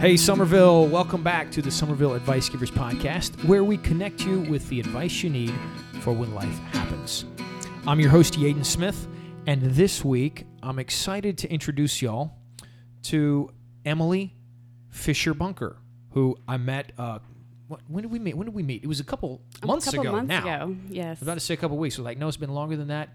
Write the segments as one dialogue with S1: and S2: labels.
S1: Hey, Somerville, welcome back to the Somerville Advice Givers Podcast, where we connect you with the advice you need for when life happens. I'm your host, Yaden Smith, and this week I'm excited to introduce y'all to Emily Fisher Bunker, who I met. Uh, what, when did we meet? When did we meet? It was a couple months
S2: a couple
S1: ago
S2: months
S1: now.
S2: ago. Yes.
S1: I was about to say a couple weeks. So like, no, it's been longer than that.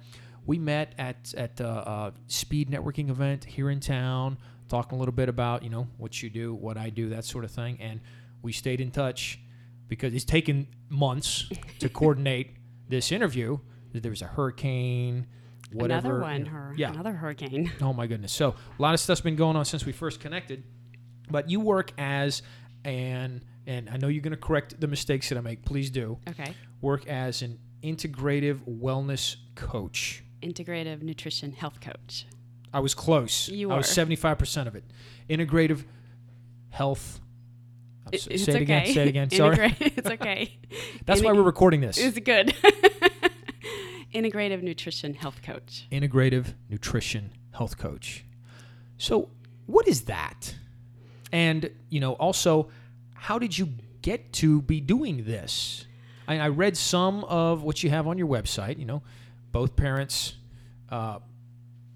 S1: We met at at the uh, speed networking event here in town, talking a little bit about you know what you do, what I do, that sort of thing, and we stayed in touch because it's taken months to coordinate this interview. There was a hurricane, whatever.
S2: another one,
S1: you know,
S2: her.
S1: Yeah.
S2: Another hurricane.
S1: Oh my goodness. So a lot of stuff's been going on since we first connected. But you work as an and I know you're going to correct the mistakes that I make. Please do
S2: Okay.
S1: work as an integrative wellness coach.
S2: Integrative nutrition health coach.
S1: I was close.
S2: You
S1: I was
S2: were.
S1: 75% of it. Integrative health. I'm
S2: It-
S1: s-
S2: it's
S1: say it
S2: okay.
S1: again. Say it again. Sorry.
S2: Integra- it's okay.
S1: That's why
S2: Integ-
S1: we're recording this.
S2: It's good. Integrative nutrition health coach.
S1: Integrative nutrition health coach. So, what is that? And, you know, also, how did you get to be doing this? I, I read some of what you have on your website, you know, both parents, uh,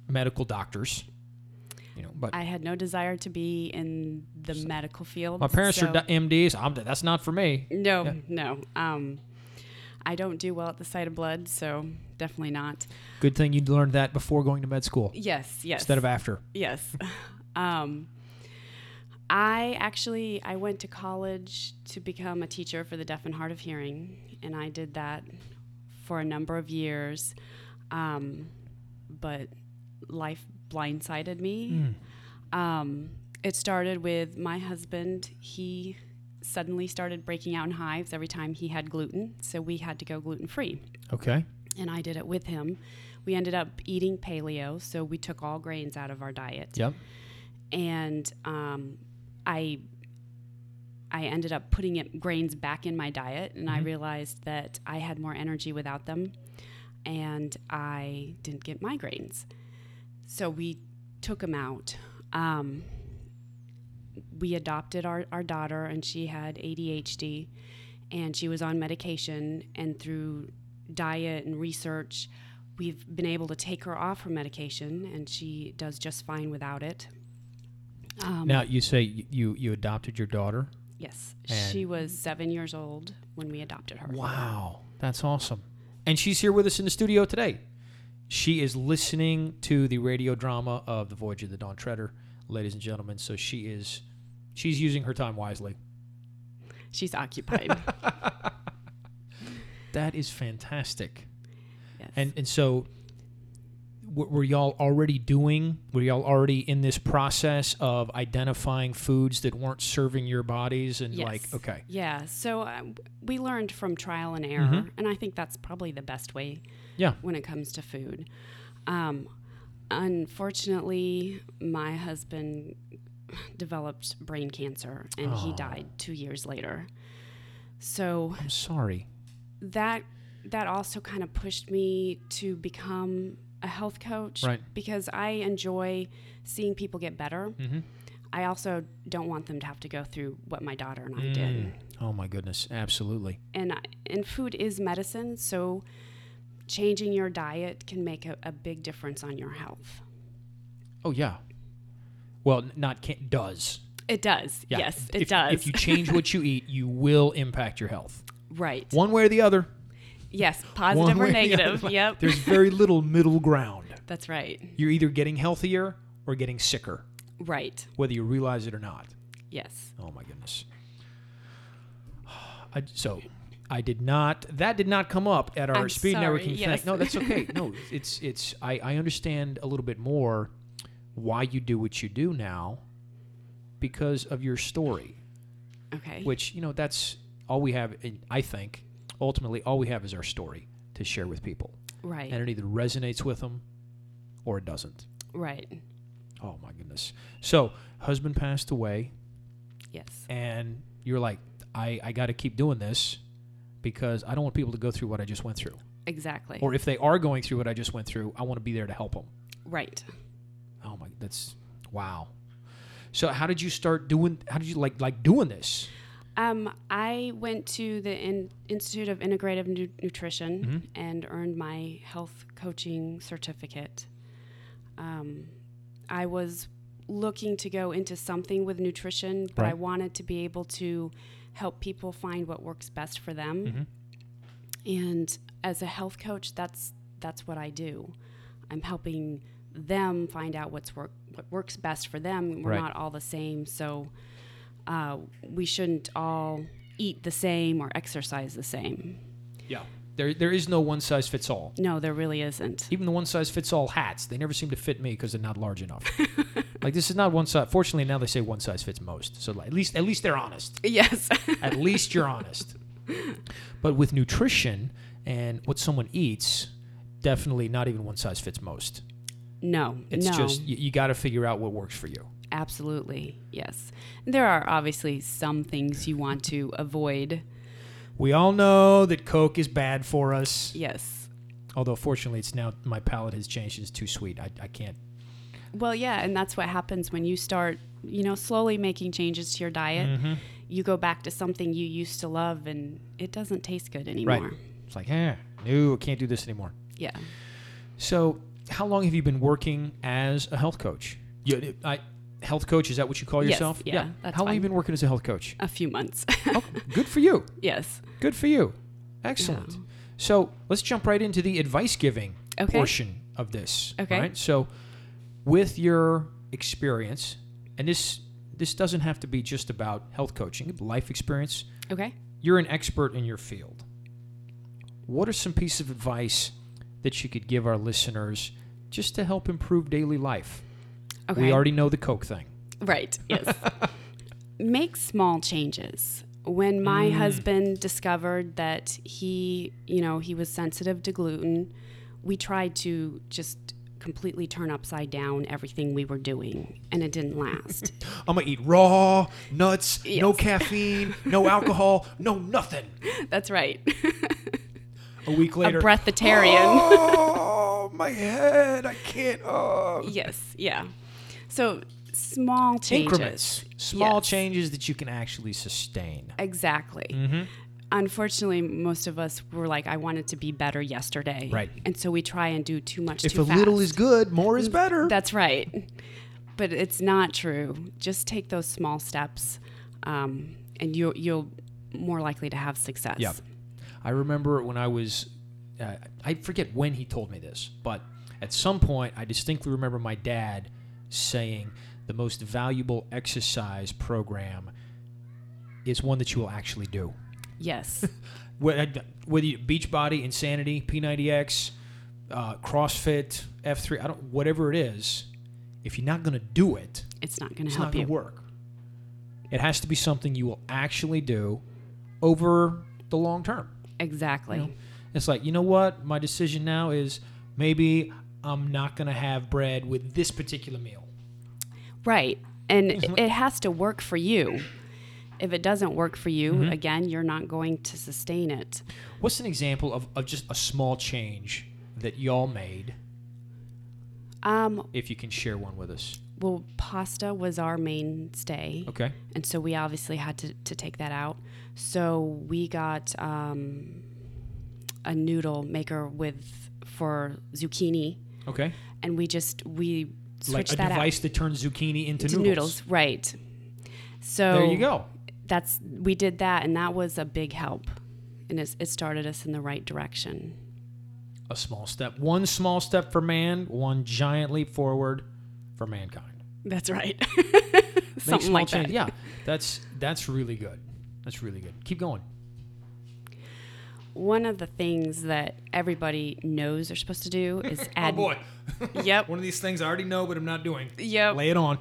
S1: medical doctors, you know, but
S2: I had no desire to be in the medical field.
S1: my parents
S2: so-
S1: are di- MDs. I'm, that's not for me.
S2: No,
S1: Yeah.
S2: no. Um, I don't do well at the sight of blood, so definitely not.
S1: Good thing you learned that before going to med school
S2: Yes, yes.
S1: instead of after.
S2: Yes. um, I actually I went to college to become a teacher for the deaf and hard of hearing, and I did that for a number of years. Um, but life blindsided me. Um, it started with my husband. He suddenly started breaking out in hives every time he had gluten, so we had to go gluten free
S1: Okay.
S2: and I did it with him. We ended up eating paleo, so we took all grains out of our diet,
S1: Yep.
S2: and um, I I ended up putting it, grains back in my diet, and I realized that I had more energy without them, and I didn't get migraines. So we took them out. Um, we adopted our, our daughter, and she had ADHD, and she was on medication. And through diet and research, we've been able to take her off her medication, and she does just fine without it. Um,
S1: Now you say y- you you adopted your daughter.
S2: Yes.
S1: And-
S2: she was seven years old when we adopted her.
S1: Wow, that's awesome. And she's here with us in the studio today. She is listening to the radio drama of The Voyage of the Dawn Treader, ladies and gentlemen. So she is she's using her time wisely.
S2: She's occupied.
S1: That is fantastic.
S2: yes.
S1: And and so w- were y'all already doing were y'all already in this process of identifying foods that weren't serving your bodies and like
S2: Yes.
S1: okay
S2: Yeah. So uh, we learned from trial and error. And I think that's probably the best way
S1: Mm-hmm. yeah
S2: when it comes to food. Um, unfortunately, my husband developed brain cancer and he died two years later. So
S1: i'm sorry
S2: that that also kind of pushed me to become a health coach
S1: Right.
S2: because I enjoy seeing people get better.
S1: Mhm.
S2: I also don't want them to have to go through what my daughter and I did.
S1: oh my goodness absolutely
S2: And I- and food is medicine, so changing your diet can make a, a big difference on your health.
S1: oh yeah well n- not can does
S2: It does.
S1: Yeah.
S2: Yes,
S1: If-
S2: it does.
S1: If you change what you eat, you will impact your health.
S2: right.
S1: One way or the other.
S2: Yes,
S1: one
S2: positive
S1: way
S2: or
S1: or the other
S2: negative.
S1: way.
S2: Yep.
S1: There's very little middle ground.
S2: That's right.
S1: You're either getting healthier or getting sicker,
S2: Right.
S1: whether you realize it or not.
S2: Yes.
S1: Oh my goodness. I, so I did not that did not come up at our
S2: I'm
S1: speed
S2: sorry,
S1: networking
S2: yes.
S1: thing. No, that's okay. No, it's it's I, I understand a little bit more why you do what you do now because of your story.
S2: Okay.
S1: which you know that's all we have in, i think ultimately all we have is our story to share with people
S2: right.
S1: and it either resonates with them or it doesn't
S2: right.
S1: oh my goodness so husband passed away
S2: Yes.
S1: and you're like i, I got to keep doing this because i don't want people to go through what i just went through
S2: Exactly.
S1: or if they are going through what i just went through i want to be there to help them
S2: right.
S1: oh my that's wow So how did you start doing? How did you like like doing this?
S2: Um, I went to the in- Institute of Integrative Nu- Nutrition and earned my health coaching certificate. Um, I was looking to go into something with nutrition, but I
S1: Right.
S2: wanted to be able to help people find what works best for them.
S1: Mm-hmm.
S2: And as a health coach, that's that's what I do. I'm helping them find out what's work what works best for them. We're
S1: Right.
S2: not all the same, so uh, we shouldn't all eat the same or exercise the same.
S1: Yeah. There there is no one size fits all.
S2: No, there really isn't.
S1: Even the one size fits all hats, they never seem to fit me because they're not large enough. like this is not one size. Fortunately, now they say one size fits most. So like, at least at least they're honest.
S2: Yes.
S1: At least you're honest. But with nutrition and what someone eats, definitely not even one size fits most.
S2: no.
S1: It's
S2: no.
S1: just you, you got to figure out what works for you.
S2: absolutely yes. There are obviously some things you want to avoid.
S1: We all know that Coke is bad for us.
S2: Yes.
S1: Although fortunately, it's now my palate has changed. It's too sweet. I, I can't.
S2: Well, yeah, and that's what happens when you start, you know, slowly making changes to your diet.
S1: Mm-hmm.
S2: You go back to something you used to love, and it doesn't taste good anymore.
S1: It's like, eh, no, I can't do this anymore.
S2: Yeah.
S1: So, how long have you been working as a health coach? You, I, health coach is that what you call
S2: Yes,
S1: yourself?
S2: yeah, that's
S1: how long have you
S2: fine.
S1: been working as a health coach?
S2: A few months.
S1: oh, good for you.
S2: yes.
S1: Good for you. Excellent.
S2: Yeah.
S1: So let's jump right into the advice giving
S2: Okay.
S1: portion of this.
S2: Okay.
S1: all right? So, with your experience, and this this doesn't have to be just about health coaching, life experience.
S2: Okay.
S1: You're an expert in your field. What are some pieces of advice that you could give our listeners just to help improve daily life?
S2: Okay.
S1: We already know the Coke thing.
S2: Right. Yes. Make small changes. When my
S1: Mm.
S2: husband discovered that he, you know, he was sensitive to gluten, we tried to just completely turn upside down everything we were doing, and it didn't last.
S1: I'm gonna eat raw nuts, no
S2: Yes.
S1: caffeine, no alcohol, no nothing.
S2: That's right.
S1: A week
S2: A
S1: later,
S2: breatharian.
S1: oh, my head. I can't. Oh.
S2: yes. Yeah. So small changes.
S1: Increments. Small
S2: Yes.
S1: changes that you can actually sustain.
S2: Exactly.
S1: Mm-hmm.
S2: Unfortunately, most of us were like, I wanted to be better yesterday.
S1: Right.
S2: And so we try and do too much
S1: If
S2: too
S1: a little
S2: fast.
S1: is good, more is better.
S2: That's right. But it's not true. Just take those small steps, um, and you'll you'll more likely to have success.
S1: Yeah. I remember when I was, uh, I forget when he told me this, but at some point I distinctly remember my dad saying the most valuable exercise program is one that you will actually do.
S2: Yes.
S1: Whether whether you Beachbody, Insanity, P90X, uh, CrossFit, F3, I don't whatever it is, if you're not going to do it,
S2: it's not going to
S1: it's not
S2: help you.
S1: going to work. It has to be something you will actually do over the long term.
S2: Exactly.
S1: It's like, you know what? My decision now is maybe I'm not going to have bread with this particular meal.
S2: Right. And it it has to work for you. If it doesn't work for you,
S1: Mm-hmm.
S2: again, you're not going to sustain it.
S1: What's an example of, of just a small change that y'all made,
S2: Um,
S1: if you can share one with us?
S2: well, pasta was our mainstay.
S1: Okay.
S2: and so we obviously had to, to take that out. So we got um, a noodle maker with for zucchini,
S1: Okay.
S2: and we just we
S1: like
S2: switched
S1: a
S2: that
S1: device that turns zucchini into
S2: out to
S1: noodles.
S2: noodles, Oh. right? So
S1: There you go.
S2: That's we did that, and that was a big help, and it's, it started us in the right direction.
S1: A small step. One small step for man, one giant leap forward for mankind.
S2: That's right.
S1: Make
S2: Something
S1: small
S2: like
S1: change-
S2: that.
S1: Yeah. That's that's really good. That's really good. Keep going.
S2: One of the things that everybody knows they're supposed to do is add. Yep.
S1: Oh, One of these things I already know but I'm not doing.
S2: Yep.
S1: Lay it on.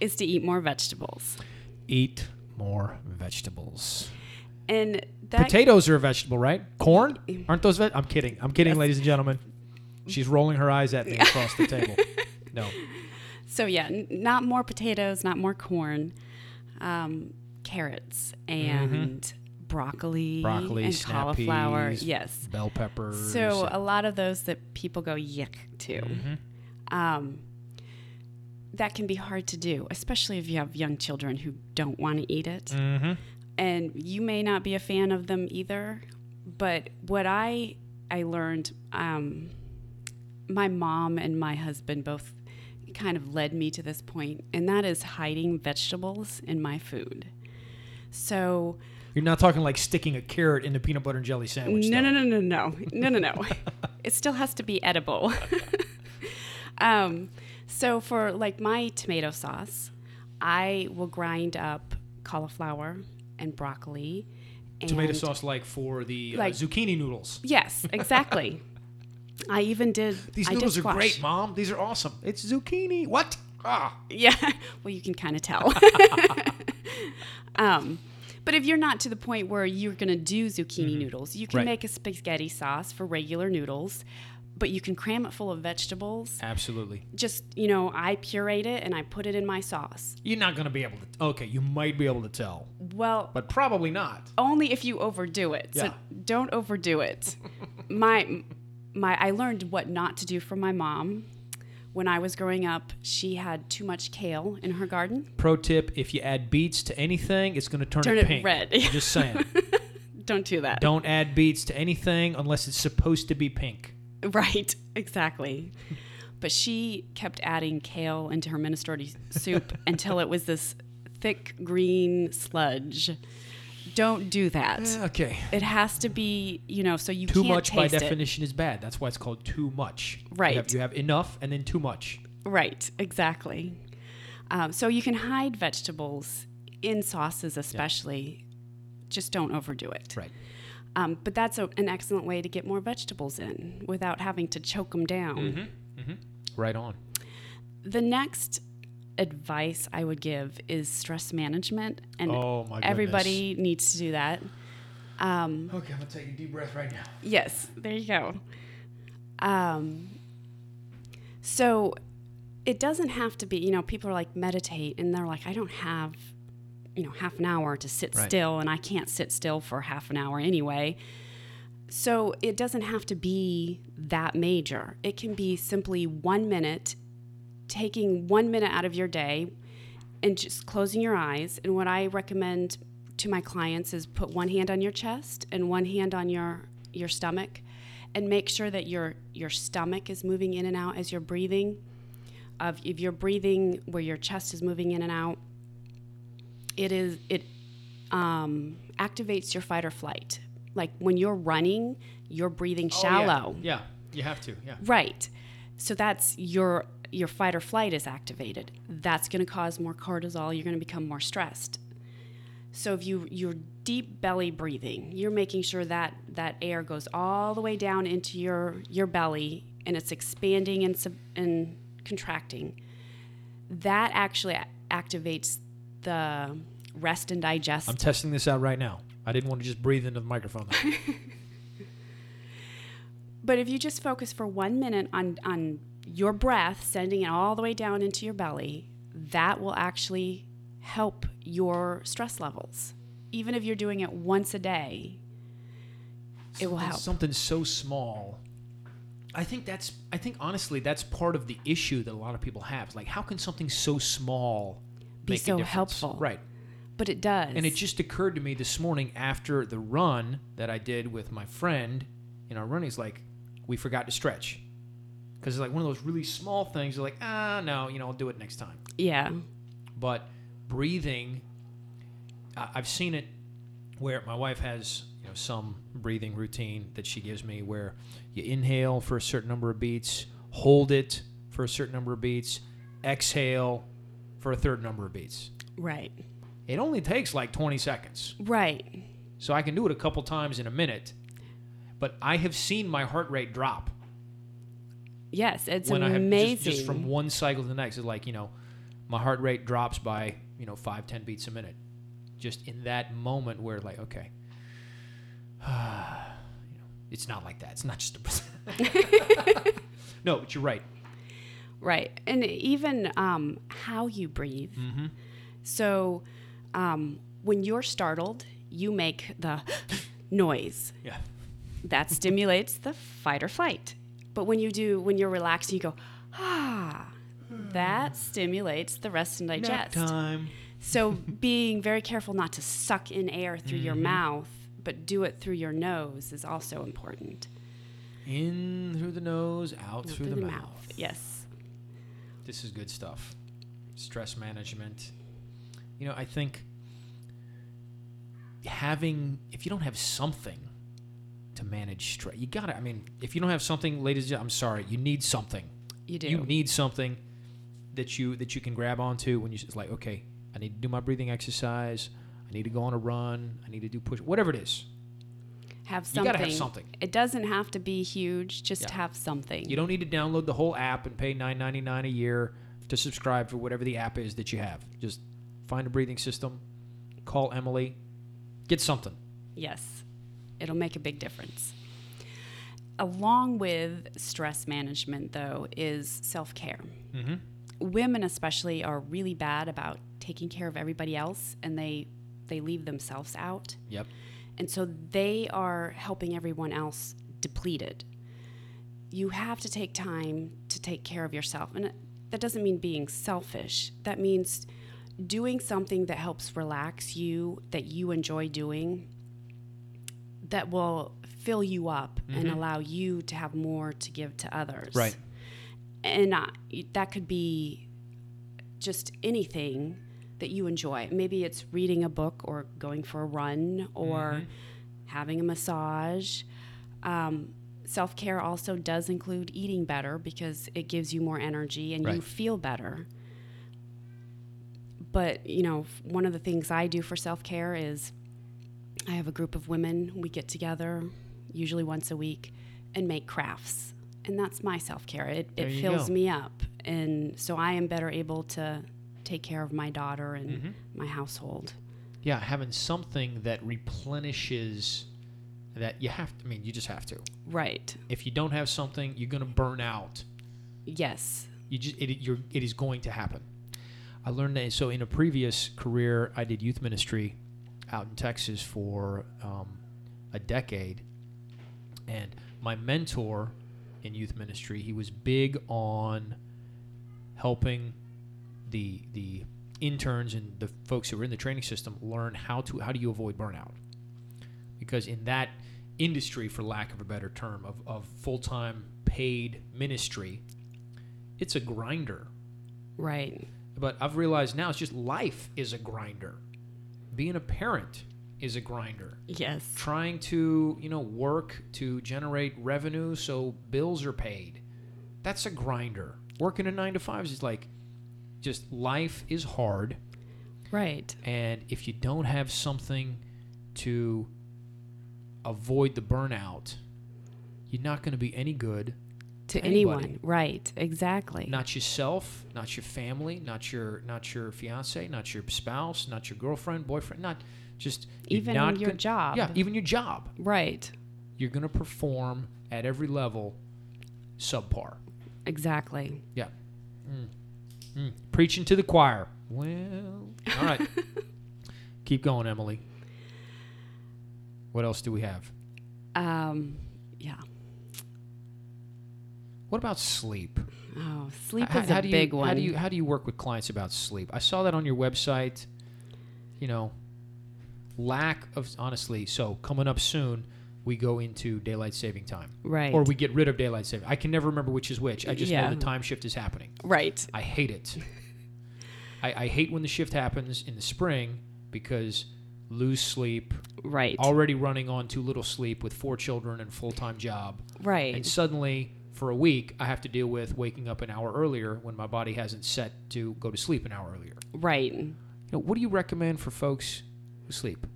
S2: Is to eat more vegetables.
S1: Eat more vegetables.
S2: And that
S1: Potatoes are a vegetable, right? Corn? Aren't those veg- I'm kidding. I'm kidding, ladies and gentlemen. She's rolling her eyes at me across the table. No.
S2: So yeah, n- not more potatoes, not more corn, um, carrots and
S1: Mm-hmm.
S2: broccoli,
S1: Broccoli,
S2: and
S1: snap
S2: cauliflower.
S1: peas.
S2: Yes.
S1: Bell peppers.
S2: So a lot of those that people go yuck to. Um, that can be hard to do, especially if you have young children who don't want to eat it.
S1: Mm-hmm.
S2: And you may not be a fan of them either. But what I I learned, um, my mom and my husband both kind of led me to this point, and that is hiding vegetables in my food. So
S1: You're not talking like sticking a carrot in the peanut butter and jelly sandwich.
S2: no,
S1: though.
S2: no, no, no, no, no, no, no. it still has to be edible. um, so for like my tomato sauce, I will grind up cauliflower and broccoli. And
S1: Tomato sauce, like for the uh,
S2: Like-
S1: zucchini noodles.
S2: Yes, exactly. I even did.
S1: These
S2: I did
S1: noodles are
S2: squash.
S1: great, Mom. These are awesome. It's zucchini. What? Ah.
S2: Yeah. Well, you can kind of tell. um, but if you're not to the point where you're going to do zucchini noodles, you can
S1: Mm-hmm. Right.
S2: make a spaghetti sauce for regular noodles, but you can cram it full of vegetables.
S1: Absolutely.
S2: Just, you know, I pureed it and I put it in my sauce.
S1: You're not going to be able to. Okay, you might be able to tell,
S2: Well,
S1: but probably not.
S2: only if you overdo it. So
S1: Yeah.
S2: don't overdo it. my my I learned what not to do from my mom. When I was growing up, she had too much kale in her garden.
S1: Pro tip: If you add beets to anything, it's going to turn,
S2: Turn
S1: it,
S2: it
S1: pink.
S2: red.
S1: Just saying.
S2: Don't do that.
S1: Don't add beets to anything unless it's supposed to be pink.
S2: Right, exactly. But she kept adding kale into her minestrone soup until it was this thick green sludge. Don't do that.
S1: Okay.
S2: It has to be, you know, so Eh, you
S1: Too
S2: can't
S1: much by
S2: taste it.
S1: definition is bad. That's why it's called too much.
S2: Right.
S1: You have, you have enough and then too much.
S2: Right, exactly. Um, so you can hide vegetables in sauces, especially. Just don't overdo it.
S1: Right.
S2: Um, but that's a, an excellent way to get more vegetables in without having to choke them down.
S1: Mm-hmm. Right on.
S2: The next advice I would give is stress management, and
S1: Oh, my goodness.
S2: everybody needs to do that. Um,
S1: Okay, I'm gonna take a deep breath right now.
S2: yes, there you go. Um, so it doesn't have to be, you know, people are like meditate and they're like, I don't have, you know, half an hour to sit
S1: Right.
S2: still and I can't sit still for half an hour anyway. So it doesn't have to be that major. It can be simply one minute, taking one minute out of your day and just closing your eyes. And what I recommend to my clients is put one hand on your chest and one hand on your your stomach and make sure that your your stomach is moving in and out as you're breathing of if you're breathing where your chest is moving in and out it is it um, activates your fight or flight like when you're running you're breathing shallow
S1: Oh, yeah. you have to. Yeah.
S2: right so that's your your fight or flight is activated that's going to cause more cortisol you're going to become more stressed so if you you're deep belly breathing you're making sure that that air goes all the way down into your your belly and it's expanding and sub, and contracting that actually a- activates the rest and digest
S1: I'm testing this out right now. I didn't want to just breathe into the microphone. though.
S2: But if you just focus for one minute on, on your breath, sending it all the way down into your belly, that will actually help your stress levels. Even if you're doing it once a day, It will
S1: Something-
S2: help.
S1: Something so small. I think that's. I think honestly, that's part of the issue that a lot of people have. Like, how can something so small
S2: Be
S1: make a
S2: so
S1: difference?
S2: helpful.
S1: Right.
S2: but it does.
S1: And it just occurred to me this morning after the run that I did with my friend in our run. He's like, we forgot to stretch. Because it's like one of those really small things. You're like, ah, no, you know, I'll do it next time.
S2: yeah,
S1: But breathing, I I've seen it where my wife has you know some breathing routine that she gives me where you inhale for a certain number of beats, hold it for a certain number of beats, exhale for a third number of beats.
S2: right,
S1: It only takes like 20 seconds.
S2: right.
S1: So I can do it a couple times in a minute. But I have seen my heart rate drop
S2: Yes, it's
S1: when
S2: amazing.
S1: I have just, just from one cycle to the next. It's like, you know, my heart rate drops by, you know, five, ten beats a minute. Just in that moment where like, okay. you know, it's not like that. It's not just a No, but you're right.
S2: Right. And even um, how you breathe.
S1: Mm-hmm.
S2: So um, when you're startled, you make the noise.
S1: Yeah.
S2: that stimulates the fight or flight. But when you do, when you're relaxed, you go, ah, that stimulates the rest and
S1: Nap
S2: digest.
S1: time.
S2: So being very careful not to suck in air through
S1: Mm-hmm.
S2: your mouth, but do it through your nose is also important.
S1: In through the nose, out Oh, through, the, mouth.
S2: Yes.
S1: This is good stuff. Stress management. You know, I think having if you don't have something to manage stress, you gotta. I mean, if you don't have something, ladies, and gen- I'm sorry, you need something.
S2: You do.
S1: You need something that you that you can grab onto when you it's like, okay, I need to do my breathing exercise. I need to go on a run. I need to do push. Whatever it is,
S2: have
S1: you
S2: something.
S1: gotta have something.
S2: It doesn't have to be huge, just
S1: Yeah.
S2: have something.
S1: You don't need to download the whole app and pay nine ninety nine a year to subscribe for whatever the app is that you have. Just find a breathing system, call Emily, get something.
S2: Yes, it'll make a big difference. Along with stress management, though, is self care.
S1: Mhm.
S2: Women, especially, are really bad about taking care of everybody else and they, they leave themselves out.
S1: Yep.
S2: And so they are helping everyone else depleted. You have to take time to take care of yourself. And that doesn't mean being selfish, that means doing something that helps relax you, that you enjoy doing, that will fill you up and allow you to have more to give to others.
S1: Right.
S2: And I, that could be just anything that you enjoy. Maybe it's reading a book or going for a run or having a massage. Um, Self care also does include eating better because it gives you more energy and you
S1: Right.
S2: feel better. But, you know, f- one of the things I do for self care is I have a group of women. We get together, usually once a week, and make crafts. And that's my self care. It,
S1: There
S2: it
S1: you
S2: fills
S1: go.
S2: me up. And so I am better able to take care of my daughter and
S1: Mm-hmm.
S2: my household.
S1: Yeah, having something that replenishes that you have to I mean, you just have to.
S2: Right.
S1: If you don't have something, you're gonna burn out.
S2: Yes.
S1: You just it, you're, it is going to happen. I learned that. So in a previous career, I did youth ministry out in Texas for um, a decade, and my mentor in youth ministry, he was big on helping the the interns and the folks who were in the training system learn how to how do you avoid burnout because in that industry for lack of a better term of, of full-time paid ministry it's a grinder.
S2: Right.
S1: But I've realized now it's just life is a grinder. Being a parent is a grinder.
S2: Yes.
S1: Trying to, you know, work to generate revenue so bills are paid. That's a grinder. Working a 9 to 5 is like just life is hard
S2: Right.
S1: and if you don't have something to avoid the burnout, you're not going to be any good
S2: To
S1: Anybody.
S2: anyone. Right. Exactly.
S1: not yourself, not your family, not your not your fiance, not your spouse, not your girlfriend, boyfriend, not just you're
S2: Even
S1: not
S2: your
S1: gon-
S2: job.
S1: Yeah, even your job.
S2: Right.
S1: You're going to perform at every level subpar.
S2: Exactly.
S1: Yeah. Mm. Mm. Preaching to the choir. Well, all right. Keep going, Emily. What else do we have?
S2: Um, yeah.
S1: What about sleep?
S2: Oh, sleep
S1: H-
S2: is a
S1: do you,
S2: big one.
S1: How do you how do you work with clients about sleep? I saw that on your website. You know, lack of honestly. So coming up soon, we go into daylight saving time,
S2: right.
S1: or we get rid of daylight saving. I can never remember which is which. I just
S2: Yeah.
S1: know the time shift is happening.
S2: right.
S1: I hate it. I, I hate when the shift happens in the spring because lose sleep,
S2: Right.
S1: already running on too little sleep with four children and full time job.
S2: right.
S1: And suddenly, for a week, I have to deal with waking up an hour earlier when my body hasn't set to go to sleep an hour earlier.
S2: Right.
S1: You know, what do you recommend for folks who sleep?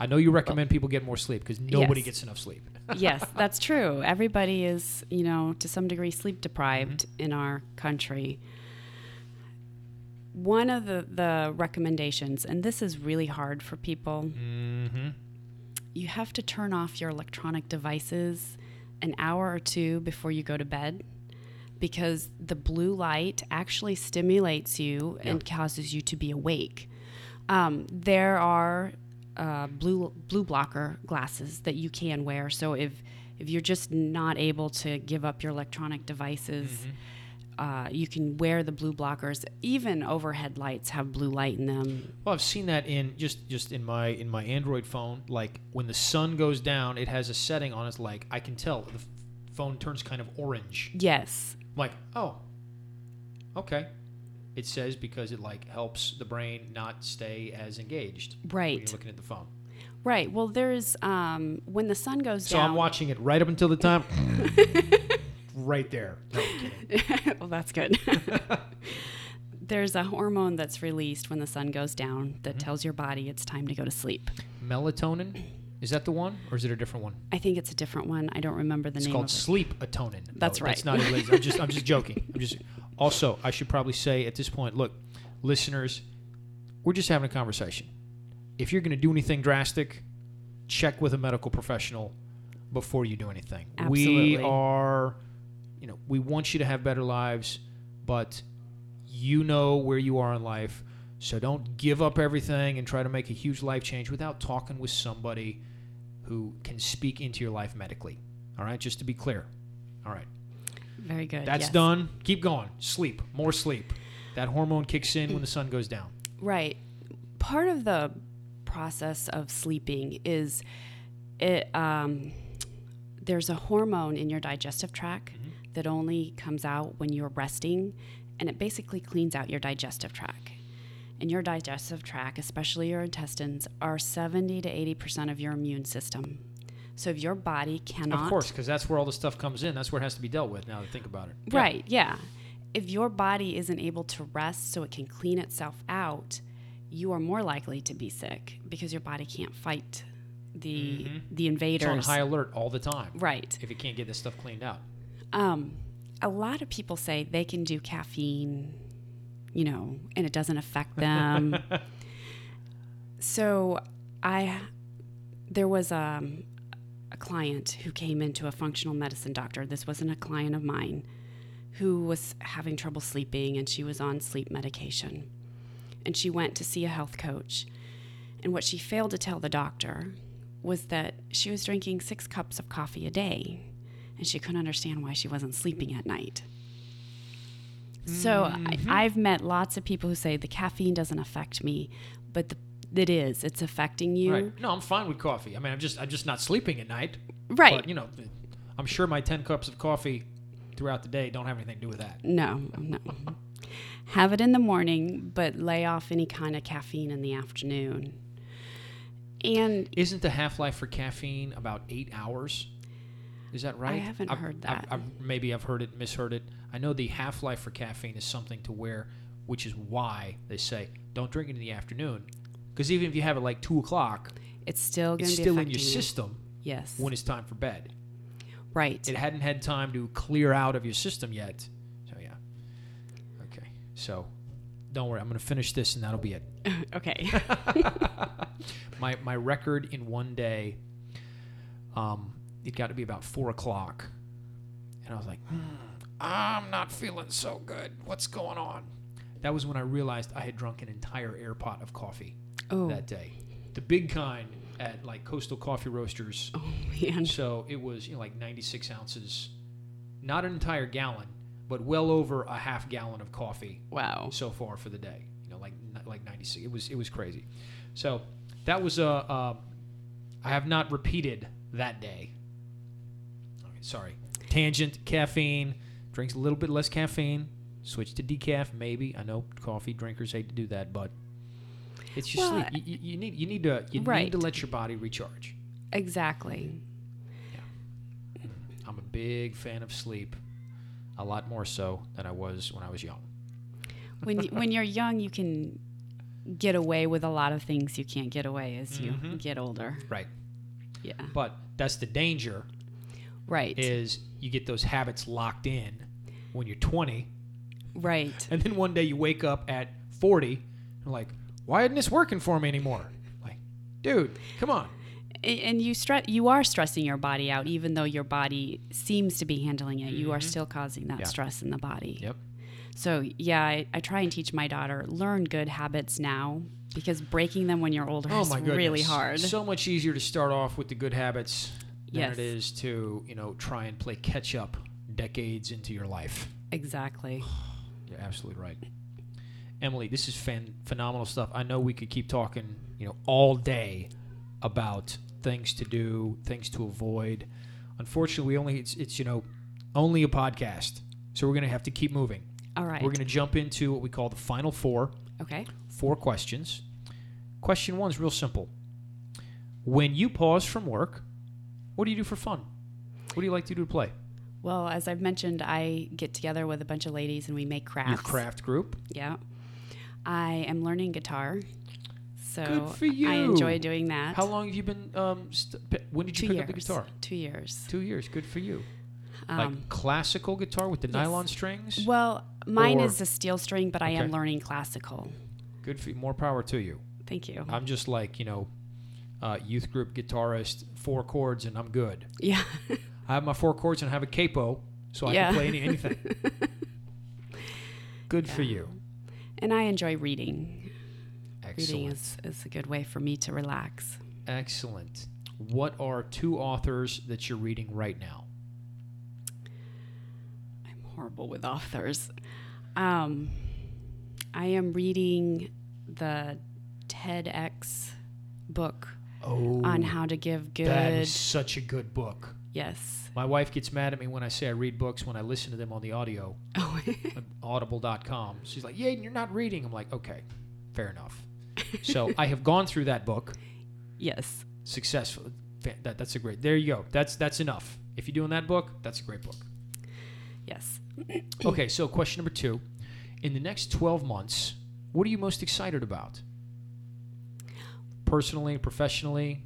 S1: I know you recommend people get more sleep because nobody
S2: Yes.
S1: gets enough sleep.
S2: yes, that's true. Everybody is, you know, to some degree sleep deprived
S1: Mm-hmm.
S2: in our country. One of the, the recommendations, and this is really hard for people,
S1: Mm-hmm.
S2: you have to turn off your electronic devices an hour or two before you go to bed because the blue light actually stimulates you and causes you to be awake. Um, there are uh, blue blue blocker glasses that you can wear. So if if you're just not able to give up your electronic devices, uh, you can wear the blue blockers. Even overhead lights have blue light in them.
S1: Well, I've seen that in just just in my in my Android phone. Like when the sun goes down, it has a setting on. It's like I can tell the f- phone turns kind of orange.
S2: Yes.
S1: I'm like, oh, okay. It says because it like helps the brain not stay as engaged when
S2: Right.
S1: you're looking at the phone.
S2: Right. Well, there's um, when the sun goes
S1: So
S2: down.
S1: I'm watching it right up until the time. right there. No, I'm kidding.
S2: well, that's good. There's a hormone that's released when the sun goes down
S1: Mm-hmm.
S2: that tells your body it's time to go to sleep.
S1: Melatonin. Is that the one, or is it a different one?
S2: I think it's a different one. I don't remember the
S1: It's
S2: name.
S1: called
S2: of it.
S1: sleep atonin.
S2: That's
S1: No, That's
S2: right.
S1: not it. Liz. I'm just I'm just joking. I'm just also I should probably say at this point, look, listeners, we're just having a conversation. If you're gonna do anything drastic, check with a medical professional before you do anything.
S2: Absolutely.
S1: We are you know, we want you to have better lives, but you know where you are in life. So don't give up everything and try to make a huge life change without talking with somebody who can speak into your life medically. All right, just to be clear. All right,
S2: Very good.
S1: that's
S2: yes.
S1: done. Keep going. Sleep, more sleep. That hormone kicks in when the sun goes down.
S2: Right. Part of the process of sleeping is it um, there's a hormone in your digestive tract
S1: Mm-hmm.
S2: that only comes out when you're resting and it basically cleans out your digestive tract. And your digestive tract, especially your intestines, are 70 to 80% of your immune system. So if your body cannot
S1: Of course, because that's where all the stuff comes in. That's where it has to be dealt with. Now that I think about it, Yeah.
S2: Right, yeah. If your body isn't able to rest so it can clean itself out, you are more likely to be sick because your body can't fight the the
S1: Mm-hmm. It's on
S2: invaders.
S1: high alert all the time
S2: right.
S1: if it can't get this stuff cleaned out.
S2: Um, a lot of people say they can do caffeine, you know, and it doesn't affect them. so I there was um, a client who came into a functional medicine doctor. This wasn't a client of mine who was having trouble sleeping and she was on sleep medication. And she went to see a health coach. And what she failed to tell the doctor was that she was drinking six cups of coffee a day and she couldn't understand why she wasn't sleeping at night. So
S1: Mm-hmm.
S2: I, I've met lots of people who say the caffeine doesn't affect me, but the, it is. It's affecting you.
S1: Right? No, I'm fine with coffee. I mean, I'm just I'm just not sleeping at night.
S2: Right.
S1: But you know, I'm sure my ten cups of coffee throughout the day don't have anything to do with that.
S2: no, no. Have it in the morning, but lay off any kind of caffeine in the afternoon. And
S1: Isn't the half life for caffeine about eight hours? Is that right?
S2: haven't heard that.
S1: I've, I've- maybe I've heard it, misheard it. I know the half life for caffeine is something to where, which is why they say don't drink it in the afternoon, because even if you have it like two o'clock,
S2: it's still going
S1: it's
S2: to be
S1: still in
S2: affecting
S1: your
S2: you.
S1: system
S2: Yes.
S1: when it's time for bed.
S2: right.
S1: It hadn't had time to clear out of your system yet. So yeah. Okay. So don't worry. I'm gonna finish this and that'll be it.
S2: okay.
S1: my my record in one day um it got to be about four o'clock and i was like hmm, i'm not feeling so good what's going on that was when i realized i had drunk an entire air pot of coffee
S2: Oh,
S1: that day the big kind at like coastal coffee roasters
S2: oh man.
S1: so it was you know like 96 ounces not an entire gallon but well over a half gallon of coffee
S2: Wow.
S1: so far for the day. You know, like like 96. It was it was crazy. So that was a. Uh, uh, I have not repeated that day. All right, sorry. Tangent caffeine drinks a little bit less caffeine. Switch to decaf maybe. I know coffee drinkers hate to do that, but it's just
S2: Well,
S1: sleep. You, you, you need you need to you need
S2: Right.
S1: to let your body recharge.
S2: Exactly.
S1: I'm a big fan of sleep, a lot more so than I was when I was young.
S2: When y- when you're young, you can get away with a lot of things you can't get away as you
S1: Mhm.
S2: get older.
S1: Right.
S2: Yeah.
S1: But that's the danger
S2: Right.
S1: is you get those habits locked in when you're 20,
S2: right.
S1: and then one day you wake up at 40 and like, why isn't this working for me anymore? Like, dude, come on.
S2: A- and you stress you are stressing your body out even though your body seems to be handling it you are still causing that
S1: Mm-hmm. Yeah.
S2: stress in the body
S1: Yep.
S2: so yeah I, I try and teach my daughter learn good habits now because breaking them when you're older
S1: Oh
S2: is
S1: my goodness.
S2: really hard
S1: So much easier to start off with the good habits than
S2: Yes.
S1: it is to you know try and play catch up decades into your life.
S2: Exactly.
S1: You're absolutely right. Emily, this is fan- phenomenal stuff. I know we could keep talking, you know, all day about things to do, things to avoid. Unfortunately, we only it's, it's you know, only a podcast. So we're going to have to keep moving.
S2: All right.
S1: We're going to jump into what we call the final four,
S2: okay.
S1: four questions. Question 1 is real simple. When you pause from work, what do you do for fun? What do you like to do to play?
S2: Well, as I've mentioned, I get together with a bunch of ladies and we make crafts.
S1: Your craft group.
S2: Yeah. I am learning guitar. So
S1: Good for
S2: Oh, I
S1: you.
S2: enjoy doing that.
S1: How long have you been? Um, st- p- when did you
S2: Two
S1: pick
S2: years.
S1: up the guitar?
S2: Two years.
S1: Two years. Good for you.
S2: Um,
S1: like classical guitar with the nylon strings.
S2: well, mine
S1: or-
S2: is a steel string, but I am
S1: Okay.
S2: learning classical.
S1: Good for you. More power to you.
S2: Thank you.
S1: I'm just like you know, uh, youth group guitarist, four chords, and I'm good.
S2: yeah.
S1: I have my four chords and I have a capo, so I
S2: Yeah.
S1: can play any, anything. good for
S2: Yeah.
S1: you.
S2: And I enjoy reading. Reading
S1: Excellent.
S2: is, is a good way for me to relax.
S1: Excellent. What are two authors that you're reading right now?
S2: I'm horrible with authors. Um, I am reading the TEDx book
S1: Oh,
S2: on how to give good.
S1: that is such a good book.
S2: yes.
S1: My wife gets mad at me when I say I read books when I listen to them on the audio,
S2: Oh,
S1: on audible.com. She's like, Yaden, you're not reading. I'm like, okay, fair enough. So I have gone through that book
S2: yes.
S1: successfully. Fa- That, that's a great, there you go. That's, that's enough. If you're doing that book, that's a great book.
S2: Yes.
S1: Okay, so question number two. In the next 12 months, what are you most excited about? Personally, professionally,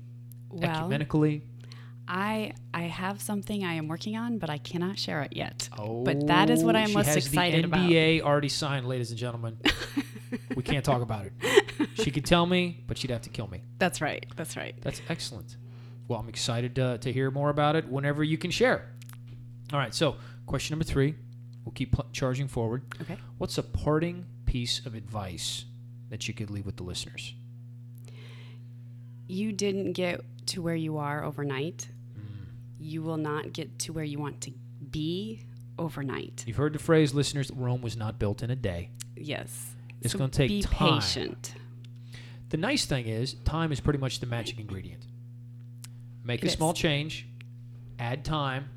S2: Well,
S1: ecumenically?
S2: I I have something I am working on, but I cannot share it yet.
S1: Oh,
S2: But that is what I am
S1: she
S2: most
S1: has
S2: excited
S1: the
S2: about.
S1: NBA already signed, ladies and gentlemen. we can't talk about it. She could tell me, but she'd have to kill me.
S2: That's right. That's right.
S1: That's excellent. Well, I'm excited to, to hear more about it whenever you can share. All right, so question number three. We'll keep pl- charging forward.
S2: Okay.
S1: What's a parting piece of advice that you could leave with the listeners?
S2: You didn't get to where you are overnight. You will not get to where you want to be overnight.
S1: You've heard the phrase, listeners, Rome was not built in a day.
S2: Yes.
S1: It's gonna take
S2: be
S1: time.
S2: patient.
S1: The nice thing is, time is pretty much the magic ingredient. Make a
S2: It is.
S1: small change, add time,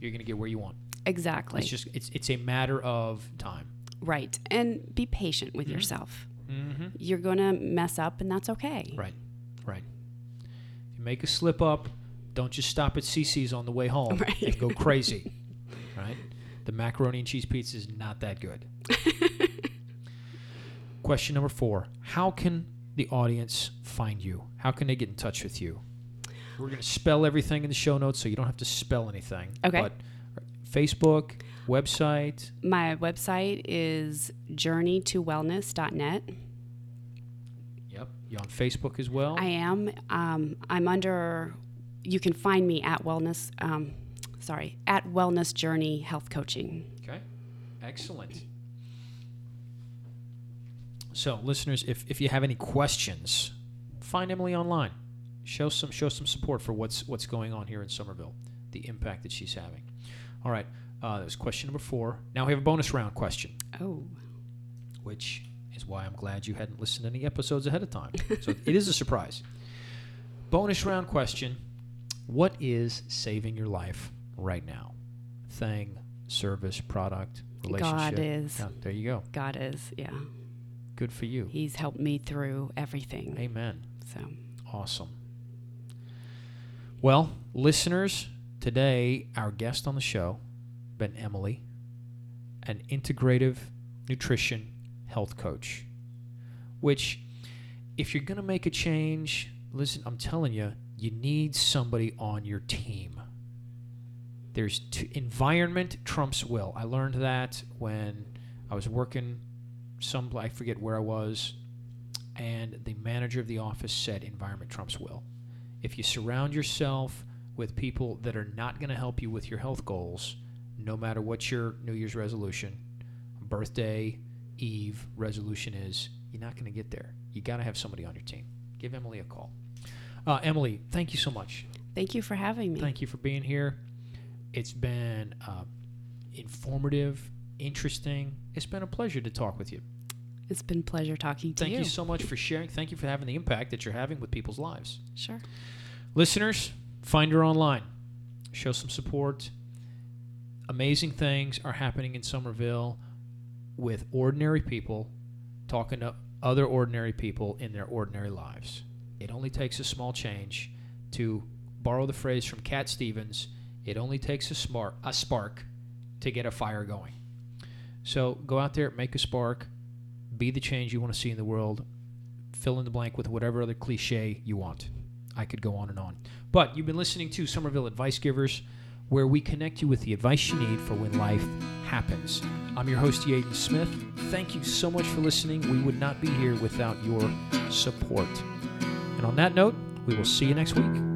S1: you're going to get where you want.
S2: Exactly.
S1: it's just it's it's a matter of time.
S2: right. And be patient with yourself.
S1: Mm-hmm.
S2: You're going to mess up and that's okay.
S1: Right, right. If you make a slip up, don't just stop at CC's on the way home
S2: Right.
S1: and go crazy. right? The macaroni and cheese pizza is not that good. Question number four: How can the audience find you? How can they get in touch with you? We're going to spell everything in the show notes, so you don't have to spell anything.
S2: Okay.
S1: But Facebook, website,
S2: My website is journeytowellness.net.
S1: yep. You on Facebook as well?
S2: I am. Um, I'm under. You can find me at Wellness. Um, sorry, at Wellness Journey Health Coaching.
S1: Okay. Excellent. So, listeners, if, if you have any questions, find Emily online. Show some show some support for what's what's going on here in Somerville, the impact that she's having. All right, uh, that was question number four. Now we have a bonus round question,
S2: Oh,
S1: which is why I'm glad you hadn't listened to any episodes ahead of time. So it is a surprise. Bonus round question: What is saving your life right now? Thing, service, product, relationship.
S2: God is.
S1: Yeah, there you go.
S2: God is. Yeah,
S1: Good for you.
S2: He's helped me through everything.
S1: Amen.
S2: So
S1: Awesome. Well, listeners, today our guest on the show, Ben Emily, an integrative nutrition health coach, which if you're going to make a change, listen, I'm telling you, you need somebody on your team. There's t- environment trumps will. I learned that when I was working some I forget where I was, and the manager of the office said environment trumps will. If you surround yourself with people that are not going to help you with your health goals, no matter what your New Year's resolution, birthday, Eve resolution is, you're not going to get there. You got to have somebody on your team. Give Emily a call. Uh, Emily, thank you so much.
S2: thank you for having me.
S1: Thank you for being here. It's been uh, informative, interesting. It's been a pleasure to talk with you.
S2: It's been a pleasure talking to
S1: Thank
S2: you.
S1: you so much for sharing. Thank you for having the impact that you're having with people's lives.
S2: Sure.
S1: Listeners, find her online. Show some support. Amazing things are happening in Somerville with ordinary people talking to other ordinary people in their ordinary lives. It only takes a small change to borrow the phrase from Cat Stevens, it only takes a smart a spark to get a fire going. So go out there, make a spark, be the change you want to see in the world, fill in the blank with whatever other cliche you want. I could go on and on. But you've been listening to Somerville Advice Givers, where we connect you with the advice you need for when life happens. I'm your host, Yaden Smith. Thank you so much for listening. We would not be here without your support. And on that note, we will see you next week.